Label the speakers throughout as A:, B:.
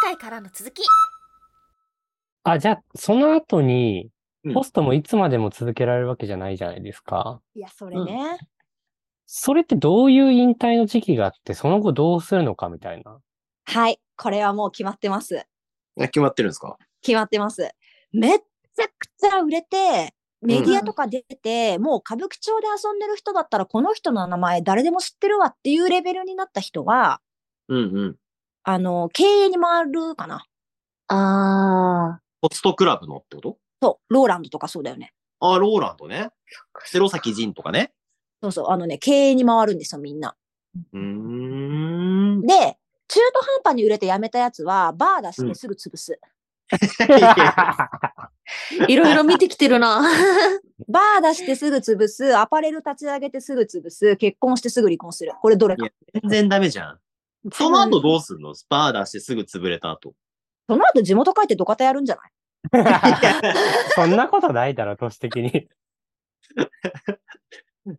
A: 回からの続き。
B: あ、じゃあ、その後に
C: う、ん
B: ホストもいつまでも続けられるわけじゃないじゃないですか。
A: いや、それね。
B: それってどういう引退の時期があって、その後どうするのかみたい な。
A: はい。これはもう決まってます。
C: え決まってるんですか
A: 決まってます。めっちゃくちゃ売れて、メディアとか出て、もう歌舞伎町で遊んでる人だったら、この人の名前誰でも知ってるわっていうレベルになった人は、
C: うんうん。
A: あの、経営に回るかな。
D: ああ、
C: ホストクラブのってこと
A: そう、ローランドとかそうだよね。
C: ああ、ローランドね。白崎仁とかね。
A: そうそう、あのね、経営に回るんですよ、みんな。
C: うーん。
A: で、中途半端に売れて辞めたやつは、バー出してすぐ潰す。
D: いろいろ見てきてる な。
A: バー出してすぐ潰す、アパレル立ち上げてすぐ潰す、結婚してすぐ離婚する。これどれか
C: い。全然ダメじゃん。その後どうすんのスパー出してすぐ潰れた 後。
A: その後地元帰って土方やるんじゃない
B: そんなことないだろ、年的 に。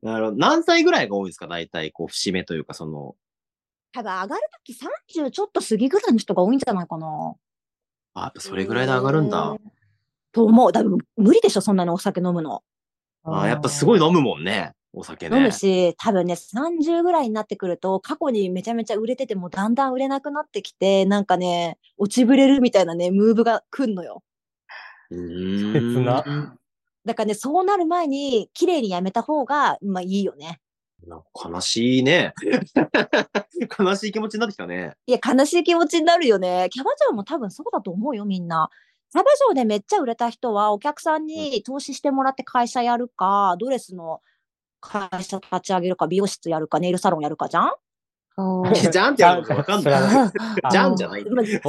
C: なるほど何歳ぐらいが多いんですか大体、こう、節目というか、その、
A: 多分上がるとき30ちょっと過ぎぐらいの人が多いんじゃないかな。
C: あ、やっぱそれぐらいで上がるんだ。。
A: と思う。多分無理でしょ、そんなにお酒飲むの。
C: あーやっぱすごい飲むもんね。お酒ね。
A: 飲むし、多分ね、30ぐらいになってくると、過去にめちゃめちゃ売れてても、だんだん売れなくなってきて、なんかね、落ちぶれるみたいなね、ムーブが来んのよ。
C: うーん。
B: 切な
A: だからね、そうなる前に、綺麗にやめた方が、まあいいよね。
C: なんか悲しいね。 悲しい気持ちになってきたね。
A: いや、悲しい気持ちになるよね。キャバ嬢も多分そうだと思うよ、みんな。キャバ嬢でめっちゃ売れた人は、お客さんに投資してもらって会社やるか、ドレスの会社立ち上げるか、美容室やるか、ネイルサロンやるかじゃん
D: あ
B: ー
C: じゃんってやるのかわかんない。
B: あ
C: じゃんじゃ ない。
A: まあ中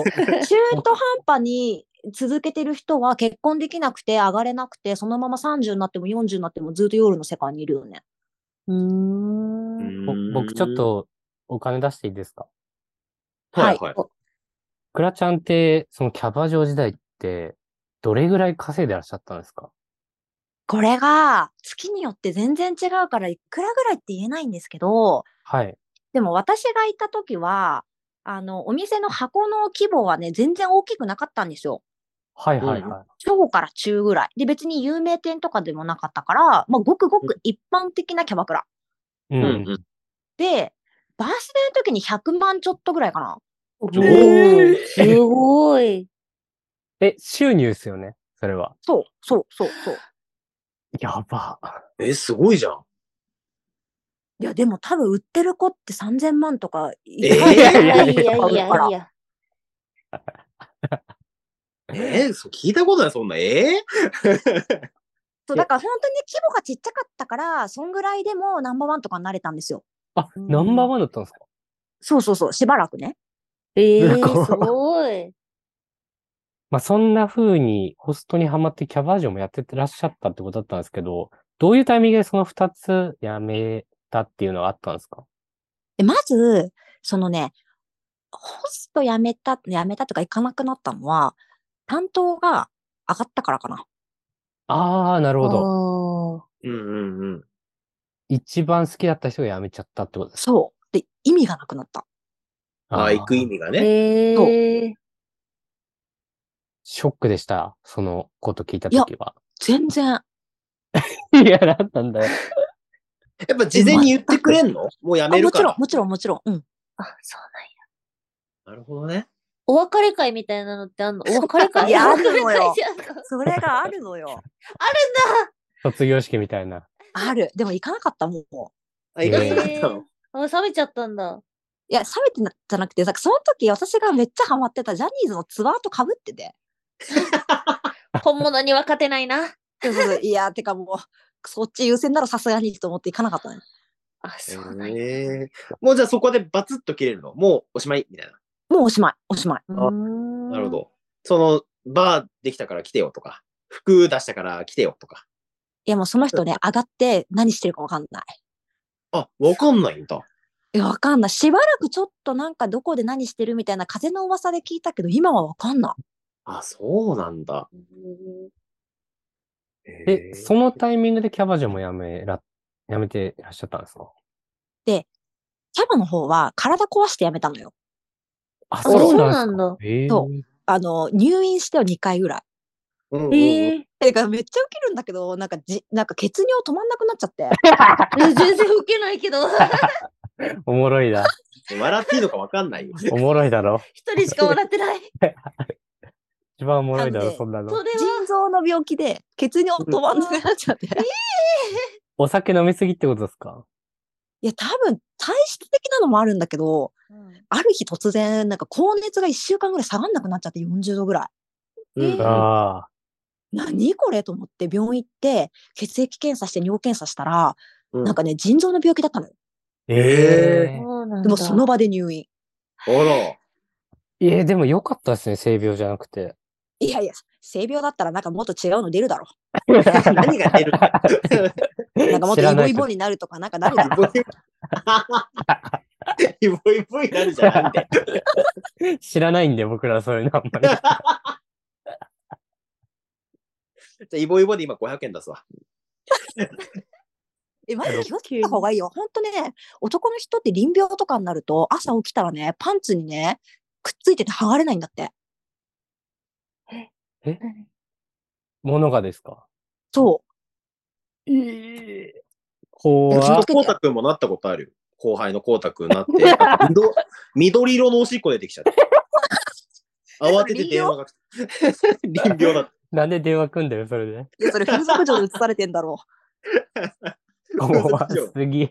A: 途半端に続けてる人は結婚できなくて上がれなくてそのまま30になっても40になってもずっと夜の世界にいるよね。
D: うーん。
B: ぼ僕ちょっ。とお金出していいですか
C: はいはい。
B: クラちゃんって、そのキャバ嬢時代って、どれぐらい稼いでらっしゃったんですか
A: これが月によって全然違うからいくらぐらいって言えないんですけど
B: はい。
A: でも私が行った時はあのお店の箱の規模はね全然大きくなかったんですよ。
B: はいはいはい。
A: 小から中ぐらい。で別に有名店とかでもなかったから、まあ、ごくごく一般的なキャバクラ。
B: う
C: うん
B: ん。
C: うん。
A: でバースデーの時に100万ちょっとぐらいかな。
D: お
C: ー
D: ーすごい。
B: え、収入ですよねそれは。
A: そうそうそうそう。
B: やば。
C: え、すごいじゃん。
A: いや、でも多分売ってる子って3000万とか、
C: えー
D: いやいや
A: い
D: いやい
A: や
D: や
A: い
D: いや。
C: えーそう聞いたことない、そんな。えー
A: そうだから本当に規模がちっちゃかったから、そんぐらいでもナンバーワンとかになれたんですよ。
B: あ、
D: うん
B: ナンバーワンだったんですか
A: そうそうそう、しばらくね。
D: え
B: なんか
D: ー、すごい。
B: まあ、そんな風にホストにハマってキャバ嬢もやってらっしゃったってことだったんですけど、どういうタイミングでその二つやめたっていうのがあったんですか
A: で、まず、そのね、ホスト辞めた、辞めたとか行かなくなったのは、担当が上がったからかな。
B: ああ、なるほど。
D: ど。
C: うんうんうん。
B: 一番好きだった人が辞めちゃったってことですか
A: そう。で、意味がなくなった。
C: ああ、行く意
B: ー
C: 味が
D: え
C: ね。
D: ー、
B: ショックでした。そのこと聞いたときは。
A: 全然。
B: いや、なんなんだよ。
C: やっぱ事前に言ってくれんのもうや
A: あ
C: め
A: も
C: る
A: ち
C: か
A: ろん
C: ら、。
A: もちろん、もちろん。うん。
D: あ、そうなんや。
C: なるほどね。
D: お別れ会みたいなのってあんのお別れ会
A: いや
D: お別れ会
A: あるのよ
D: じゃんあるんだ
A: それがあるのよ。
B: 卒業式みたいな。
A: ある。でも行かなかった、もう。
C: あ、行かなかっ
D: え
C: た
D: ー
C: の。、
D: あ冷めちゃったんだ。
A: いや、冷めてなじゃなくて、さその時私がめっちゃハマってたジャニーズのツアーと被ってて。
D: 本物には勝てないな。
A: そうそうそういや、てかもう、そっち優先ならさすがにと思って行かなかったね。
D: あ、そうなんや。
C: えーもうじゃあそこでバツッと切れるの。もうおしまいみたいな。
A: もうおしまい、おしまい。
D: な
C: なるほ。ど。その、バーできたから来てよとか、服出したから来てよとか。
A: いや、もうその人ね、上がって何してるかわかんない。
C: あ、わかんないんだ。
A: いや、わかんない。しばらくちょっとなんかどこで何してるみたいな風の噂で聞いたけど、今はわかんな
C: あ、そうなんだ。
B: え、そ
C: の
B: のタイミングでキャバ嬢も辞めら、辞めてらっしゃったんですか
A: い。キャバの方は体壊してやめたのよ。
B: あ、
D: あそう
B: なんで
D: な
B: すか。
D: んだ。
B: ええ
A: そうあの、入院しては2回ぐらい。
C: うんうんうん
D: ええ
A: てか、めっちゃウケるんだけど、なんかじ、なんか血尿止まんなくなっちゃ って。
D: 全然ウケないけど、
B: おもろいな。
C: 笑っていいのかわかんないよ。
B: おもろいだろ。
D: 一人しか笑ってない。
B: 一番おもろいだ
A: な
B: ろ、
A: んで
B: そんなの
D: そ。れは、
A: 腎臓の病気で血尿止まんなくなっちゃって。い
B: お酒飲みすぎってことですか
A: や、多分、体質的なのもあるんだけど、ある日突然、なんか高熱が1週間ぐらい下がんなくなっちゃって40度ぐらい。
C: うん
D: うん
B: ああ。
A: 何これと思って病院行って、血液検査して尿検査したら、
C: うん
A: なんかね、腎臓の病気だったのよ。
B: え
D: そうなん
A: で
D: だ。
A: もその場で入院。
C: あら。
B: え。ええ、でもよかったですね、性病じゃなくて。
A: いやいや、性病だったらなんかもっと違うの出るだろ。
C: 何が出るか。
A: なんかもっ
B: 知
A: と
B: ら
A: イ
B: な
A: ボ
B: い
A: イボになるとか、なんかなるだろ。
C: イボイボになるじゃなくて。
B: 知らないんで、僕らそう いうのあんまり。
C: じゃあイボイボで今500円出すわ。
A: え、マジで気をつけた方がいいよ。ほんとね、男の人って臨病とかになると、朝起きたらね、パンツにね、くっついてて剥がれないんだって。
D: 何
B: ものがですか
A: そ
B: ええ。
A: う
B: 怖っ
C: う
A: わ気をつ
C: ち
A: け
C: の
A: て
C: こうたくんもなったことある。後輩のこうたくんなって、なんか緑緑色のおしっこ出てきちゃった。慌てて電話が来た。臨病だっ
B: なんで電話くんだよ、それで。
A: う。いや、それ風俗嬢で映されてんだろ
C: た。
B: 怖すぎ。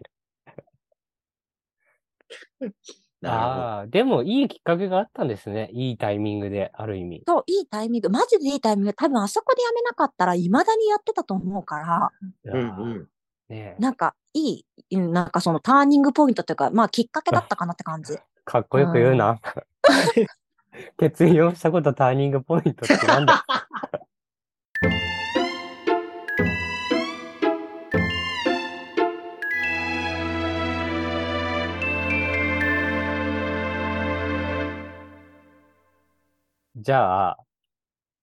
C: な
B: ああ、でもいいきっかけがあったんですね。いいタイミングで、ある意味
A: う。。そう、いいタイミング。マジでいいタイミング。多分あそこでやめなかったら、未だにやってたと思うから、
C: るほど。うんうん。
B: ねえ
A: なんか、いい、うんなんかそのターニングポイントというか、まあ、きっかけだったかなっ て感じ。
B: かっこよく言う な。決意をしたことターニングポイントってなんだ じゃあ、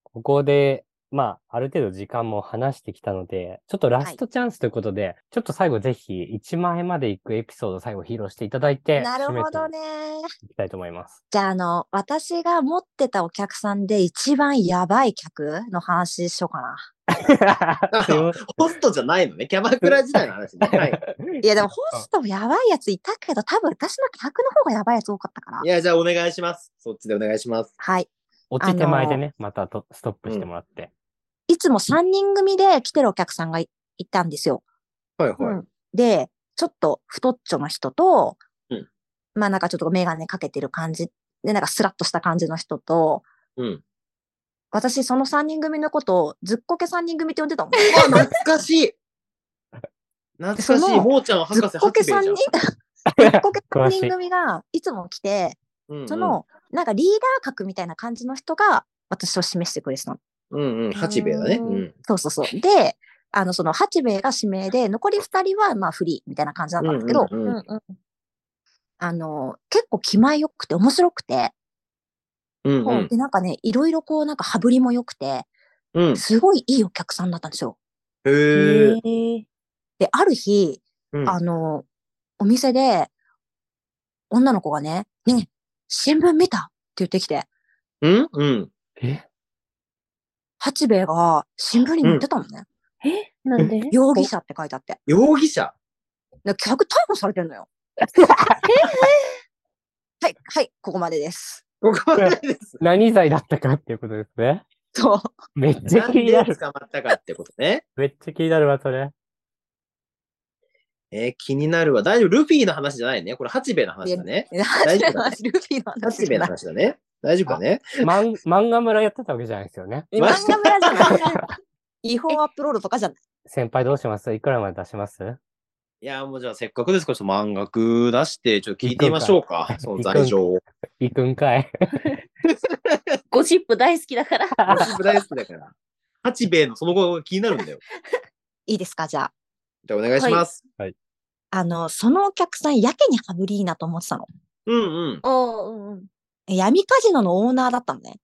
B: ここで、まあ、ある程度時間も話してきたので、ちょっとラストチャンスということで、ちょっと最後ぜひ1万円までいくエピソード最後披露していただいて、
A: なるほどね。
B: いきたいと思います。
A: じゃあ、あの、私が持ってたお客さんで一番やばい客の話しようかな。
B: すいません
C: ホストじゃないのね。キャバクラ時代の話ね。はい。
A: いや、でもホストもやばいやついたけど、多分私の客の方がやばいやつ多かったから
C: い。や、じゃあお願いします。そっちでお願いします。
A: はい。
B: 落ち手前でね、またとストップしてもらって。
A: いつも3人組で来てるお客さんがいいたんですよ。
C: はい
D: うん
C: い。
A: で、ちょっと太っちょの人と、
C: うん
A: まあなんかちょっとメガネかけてる感じで、なんかスラッとした感じの人と、
C: うん。
A: 私その3人組のことをずっこけ3人組って呼ん でたもん。
C: うわ、懐かしい懐かし
A: そ
C: い。
A: の
C: もうちゃん博士
A: ずっこ
C: 博
A: け
C: 士じゃ
A: 3
C: ん。
A: 人、ず っこけ3人組がいつも来て、
C: うんうん
A: その、なんかリーダー格みたいな感じの人が私を示してくれてたの。
C: うんうん、八兵衛だね。うん。
A: そうそ うそう。で、あの、その8名が指名で、残り2人はまあフリーみたいな感じだったんですけど、
C: うんうん
D: うん
C: うん
D: うん
A: あの、結構気前よくて面白くて、
C: うんうん
A: で、なんかね、いろいろこう、なんか羽振りも良くて、
C: うん。へ
A: すごいいいお客さんだったんですよ。
C: え。
D: へ
A: で、ある日、
C: うん
A: あの、お店で、女の子がね、ねえ、新聞見たって言ってきて、
C: うんうん。
B: え
A: 八兵衛が新聞に載ってたのね。
D: え。えなん で
A: 容疑者って書いてあって。
C: 容疑者
A: で、客逮捕されてんのよ。はい、はい、ここまでです。
C: ここまでです。
B: 何罪だったかっていうことですね。
A: そう。
B: めっちゃ
C: なん
B: 気にな
C: で
B: る。
C: 捕まったかってことね。
B: めっちゃ気になるわ、それ。
C: えー、気になるわ。大丈夫。ルフィの話じゃないね。これ八兵衛の話だね。丈
A: 八兵衛
C: 夫
A: の話、ルフィの話
C: 八
A: じ
C: 兵衛の
A: ゃない。
C: 話だね。大丈夫かね。
B: マン漫画村やってたわけじゃないですよね。
A: 漫画村じゃない。違法アップロードとかじゃない。
B: 先輩どうしますいくらまで出します
C: いや、もうじゃあせっかくですから、ちょっと漫画出して、ちょっと聞いてみましょうか。その罪状を。
B: 行くんかい。
D: ゴシップ大好きだから。
C: 私大好きだから。八兵衛のその後が気になるんだよ。
A: いいですか、じゃあ。
C: じゃあお願いします。
A: あの、そのお客さん、やけに羽振りいいなと思ってたの。
C: うんうん。
D: おううんうん。
A: 闇カジノのオーナーだったのね。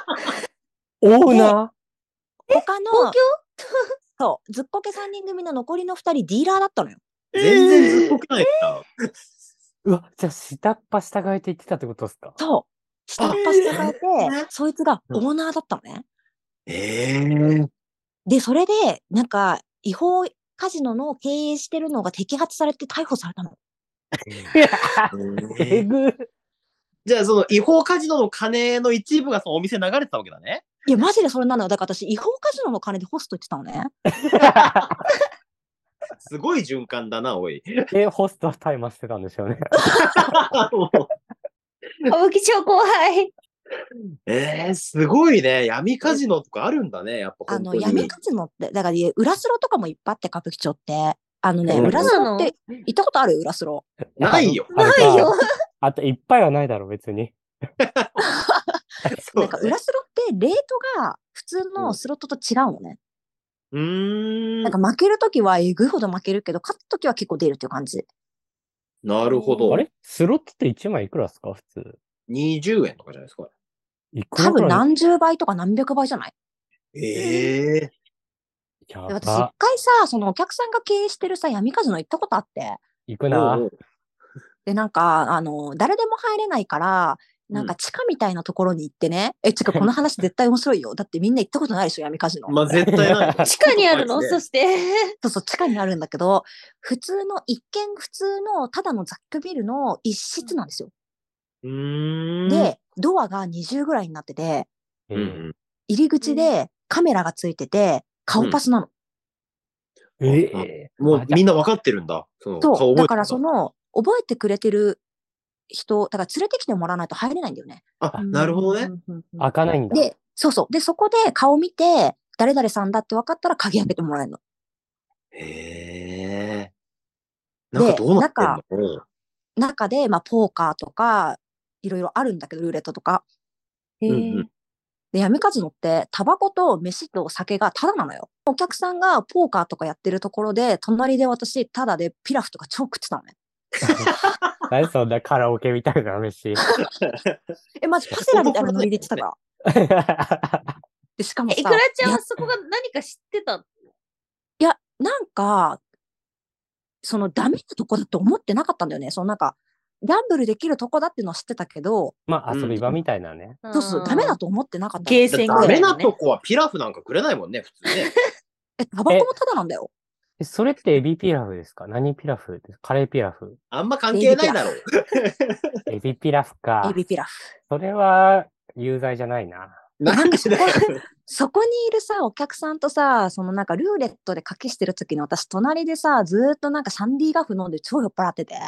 B: オーナ
A: 他の、
D: 東京
A: そう、ずっこけ3人組の残りの2人、ディーラーだったのよ。
C: 全然ずっこくないな。
B: ーうわ、じゃあ下っ端従えて行ってたってことですか
A: そ下っ端して変え
C: あ
A: て、そいつがオーナーだったのね。
C: ええ
A: で、それで、なんか、違法カジノの経営してるのが摘発されて逮捕されたの。
B: えぐ。
C: じゃあ、その違法カジノの金の一部がそのお店に流れてたわけだね。
A: いや、マジでそれなのよ。だから私、違法カジノの金でホスト言ってたのね。
C: すごい循環だな、お い。
B: で、ホストはタイマーしてたんでしょうね。
D: 歌舞伎町怖い。
C: えー、すごいね。闇カジノとかあるんだね、やっぱ
A: あ
C: 本当
A: の、
C: に。
A: 闇カジノって、だから、裏スロとかもいっぱいあって、歌舞伎町って。あのね、
C: うん
A: 裏スロっ
D: そう
A: て、行ったことある裏スロ。
C: ないよ
B: あれか
D: ないよ。
B: あと、いっぱいはないだろ、別に。
C: そう
A: なん
C: だ
A: か、
C: ね
A: 裏スロって、レートが普通のスロットと違うのね。
C: うーん
A: なんか、負けるときはえぐいほど負けるけど、勝ったときは結構出るっていう感じ。
C: なるほど。
B: あれスロットって1枚いくらですか普通。
C: ?20 円とかじゃないですか。
B: いく
A: 多
B: らく
A: 分
B: ら
A: 何十倍とか何百倍じゃない
C: ええ
B: や
A: で私、
B: ば
A: 一回さ、そのお客さんが経営してるさ、闇カジノ行ったことあって。
B: 行く
C: ー。
B: な
C: おうお。う
A: で、なんか、あの、誰でも入れないから、なんか地下みたいなところに行って ね、え、ちか、この話絶対面白いよ。だってみんな行ったことないでしょ、闇カジノ。
C: まあ、絶対ない。
D: 地下にあるのそして。
A: そうそう、地下にあるんだけど、普通の、一見普通の、ただの雑居ビルの一室なんですよ。
C: うーん。、
A: で、ドアが20ぐらいになってて、
B: う
C: うん
B: ん
A: 入り口でカメラがついてて、顔パスなの。
B: え
C: うん、もうみんなわかってるんだ。その
A: そう、だ
C: て
A: か
C: るん
A: らその、覚えてくれてる人、だから連れてきてもらわないと入れないんだよね。
C: あ、なるほどね。
A: うんうんうん
B: 開かないんだ。
A: で、そうそう。で、そこで顔見て、誰々さんだって分かったら鍵開けてもらえるの。
C: へえ。なんかどうなってんのうん
A: 中で、まあ、ポーカーとか、いろいろあるんだけど、ルーレットとか。
C: うんうん
A: で、闇カジノって、タバコと飯と酒がタダなのよ。お客さんがポーカーとかやってるところで、隣で私、タダでピラフとか超食ってたのね。
B: 何そん なカラオケみたいな飯。
A: え、まずパセラみたいなノリで言ってたから。で、しかもさ、
D: えいくらちゃん
A: や
D: はそこが何か知ってた
A: いや、なんか、そのダメなとこだと思ってなかったんだよね。そのなんか、ギャンブルできるとこだっていうのは知ってたけど、
B: まあ、遊び場みたいなね。
A: そうそう、ダメだと思ってなかったの。
D: ゲーセ
C: だって
D: ン
C: ダメな
D: ぐらいのね
C: とこはピラフなんかくれないもんね、普通 ね。
A: え、タバコもタダなんだよ。
B: えそれってエビピラフですか何ピラフですカレーピラ フ。
C: あんま関係ないだろう。
B: エビピラフか
A: エ。ビピラフ。
B: それは、有罪じゃないな。
C: なんでだよ。
A: そこにいるさ、お客さんとさ、そのなんかルーレットで賭けしてる時に私、隣でさ、ずーっとなんかシャンディガフ飲んで超酔っ払ってて。
B: は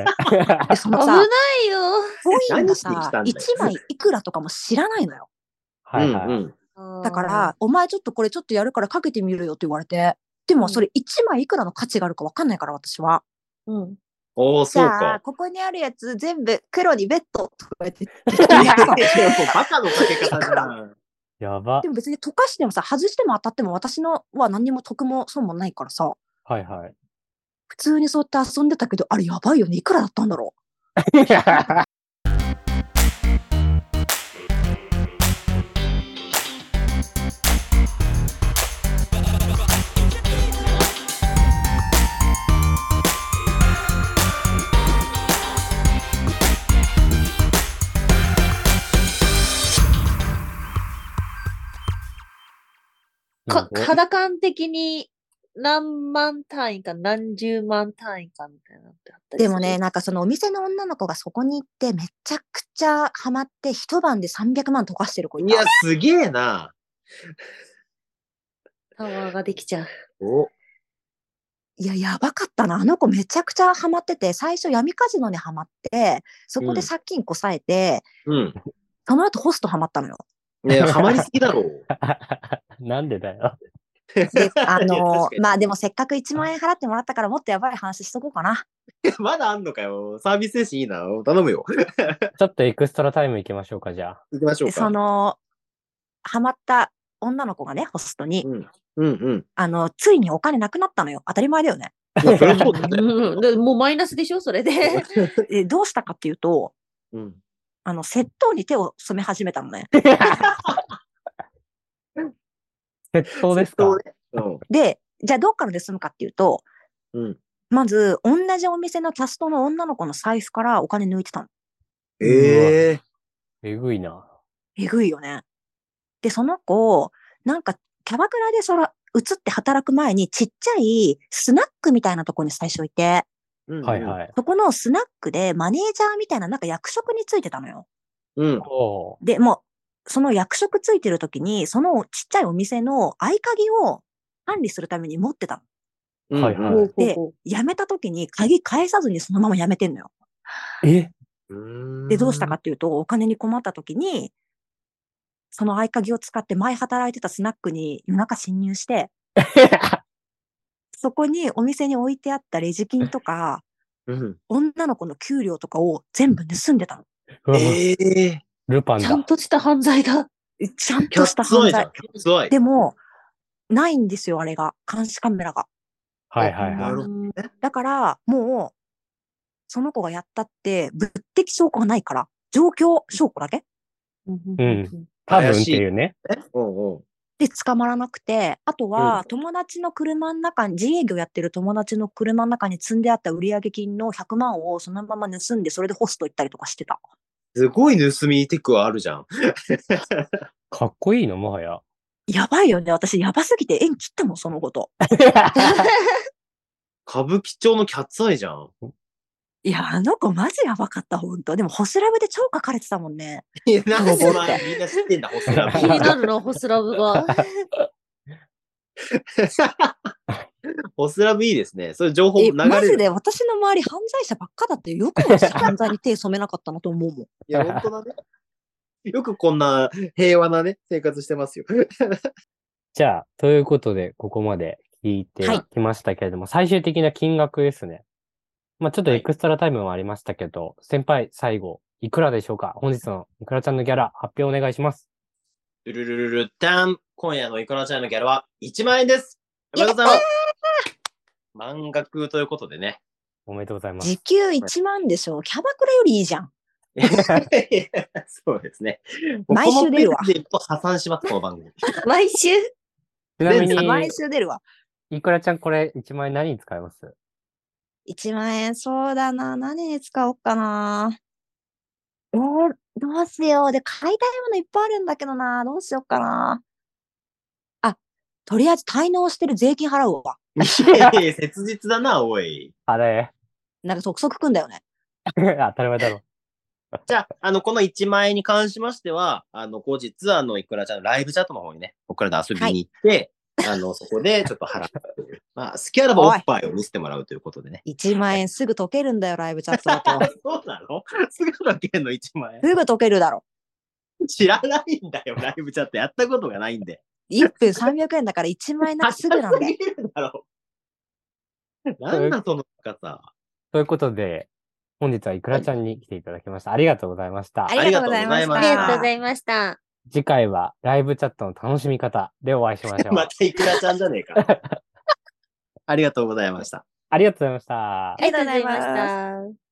B: い。
A: で、そ
D: 危
A: の
D: な
A: さ、
D: いよ。
A: コインが
C: 何してき
A: さ
C: たんだ、よ
A: 1枚いくらとかも知らないのよ。
C: う
B: はいはい。
C: んうん。
A: だから、お前ちょっとこれちょっとやるからかけてみるよって言われて。でもそれ1枚いくらの価値があるかわかんないから私は。
D: うん、うん
C: おー、
A: じ
C: そう
A: ゃあ、
C: か。
A: ここにあるやつ全部黒にベッドとか言 って。
C: バカのかけ方じゃん。
B: やば
A: で。も別に溶かしてもさ、外しても当たっても私のは何にも得も損もないからさ。
B: はいはい。
A: 普通にそうやって遊んでたけど、あれやばいよね。いくらだったんだろ
D: か
B: すごい
D: 肌感的に何万単位か何十万単位かみたいなのってあったりす
A: う。で
D: る
A: もね、なんかそのお店の女の子がそこに行って、めちゃくちゃハマって、一晩で300万溶かしてる子い
C: い
A: た。
C: や、すげえな。
D: タワーができちゃう。
C: お
A: いや、やばかったな。あの子めちゃくちゃハマってて、最初闇カジノにハマって、そこで借金こさえて、
C: うん。
A: その後ホストハマったのよ。
C: ねえハマりすぎだろう。
B: なんでだよ。
A: で、あの
C: 確かに
A: まあでもせっかく1万円払ってもらったから、もっとやばい話しとこうかな。
C: まだあんのかよ。サービス精神いいな。頼むよ。
B: ちょっとエクストラタイム行きましょうか、じゃあ。
C: 行きましょう
A: でそ
C: か。
A: の、ハマった女の子がね、ホストに、
C: うん。うんうん。
A: あの、ついにお金なくなったのよ。当たり前だよね。
C: いやそれはそうだ ね。
D: うん、でもうマイナスでしょそれで。
A: えどうしたかっていうと、
C: うん。
A: あの、窃盗に手を染め始めたのね。
B: 窃盗ですか
C: 窃盗ね
A: で、じゃあどっから盗むかっていうと、
C: うん。うん。
A: まず、同じお店のキャストの女の子の財布からお金抜いてたの。
C: ええ
B: えぐいな。
A: えぐいよね。で、その子、なんか、キャバクラでそら、移って働く前に、ちっちゃいスナックみたいなとこに最初いて、
C: うん
B: はいはい。
A: そこのスナックでマネージャーみたいな、なんか役職についてたのよ。
C: うん。
B: お
A: で、もう、その役職ついてる時に、そのちっちゃいお店の合鍵を管理するために持ってたの。
C: うん
B: はいはい
D: ほうほう
A: で
D: ほう
A: 辞めた時に鍵返さずにそのまま辞めてんのよ。
B: ー え
C: うん
A: で、どうしたかっていうと、お金に困った時に、その合鍵を使って前働いてたスナックに夜中侵入して、そこにお店に置いてあったレジ金とか、
C: うん。
A: 女の子の給料とかを全部盗んでたの。
B: うわ
C: ええ。
B: ルパン
D: ちゃん
B: だ。
D: とした犯罪だ。
A: ちゃん
C: キャ
A: とした
C: ッツア
A: 犯
C: イじゃ
A: 罪
C: ん。。キャッツアイ。
A: でも、ないんですよ、あれが。監視カメラが。
B: はいはい
C: な
B: は
C: る
B: い。
C: ほどね。
A: だから、もう、その子がやったって、物的証拠がないから、状況証拠だけ
D: うん
B: う
D: うんんうん
B: 多分っていうね。
C: うんうん。
A: で捕まらなくて、あとは
C: う、
A: 友達の車の中に、自営業やってる友達の車の中に積んであった売上金の100万をそのまま盗んで、それでホスト行ったりとかしてた。
C: すごい盗みテクはあるじゃん。
B: かっこいいの、もはや。
A: やばいよね。私、やばすぎて縁切ったもん、そのこと。
C: 歌舞伎町のキャッツアイじゃん。
A: いや、あの子マジやばかった、ほんと。でも、ホスラブで超書かれてたもんね。
C: いや、 なん
A: かそ
C: そ
A: んな
C: みんな知ってんだ、ホスラ
D: 気になるの、ホスラブが。
C: ブ。 ホスラブいいですね。それ情報
A: え
C: 流
A: マ
C: れ
A: ジ
C: る。
A: で私の周り犯罪者ばっかだってよく私犯罪に手染めなかったなと思うもん。
C: いや、本当だね。よくこんな平和なね、生活して ますよ。
B: じゃあ、ということで、ここまで聞いて
A: はい
B: きましたけれども、最終的な金額ですね。まあ、ちょっと
C: はい
B: エクストラタイムもありましたけど、先輩、最後、いくらでしょうか本日のいくらちゃんのギャラ、発表お願いします。
C: ルルルルルタン今夜のイコラちゃんのギャラは1万円ですおめでとうございます満額ということでね。
B: おめでとうございます。
A: 時給1万でしょ。キャバクラよりいいじゃん。
C: そうですね。
A: 毎週出るわ
C: このペースでいくと破産します、この番組。
D: 毎週
B: ちなみ
C: え
B: に
A: 毎、週出るわ。
B: いくらちゃん、これ1万円何に使います
A: 1万円、そうだな。何に使おうかな。えーどうしよう。で、買いたいものいっぱいあるんだけどな。どうしようかな。あ、とりあえず滞納してる税金払うわ。
C: いやいや切実だな、おい。
B: あれ、
A: なんか即くんだよね。
B: 当たり前だろ。
C: じゃあ、あの、この1万円に関しましては、あの、後日、あの、イクラちゃんのライブチャットの方にね、僕らで遊びに行って、あの、そこでちょっと払うという。まあ、好きあらばおっぱいを見せてもらうということでね。
A: 1万円すぐ溶けるんだよ、ライブチャットだ と。
C: そうなの菅野健の1万円。
A: すぐ溶けるだろ。
C: 知らないんだよ、ライブチャット。やったことがないんで。
A: 1分300円だから1万円なんかすぐなん
C: 高
A: だよ
C: す。ぎるだろ。なんだ、その深さ。
B: ということで、本日はいくらちゃんに来ていただきました。ありがとうございました。
C: りがとうございました
D: ありがとうございました。
B: 次回はライブチャットの楽しみ方でお会いしましょう。
C: またイクラちゃんじゃねえか。ありがとうございました。
B: ありがとうございました。
D: ありがとうございまし
A: ありがとうござい
D: た。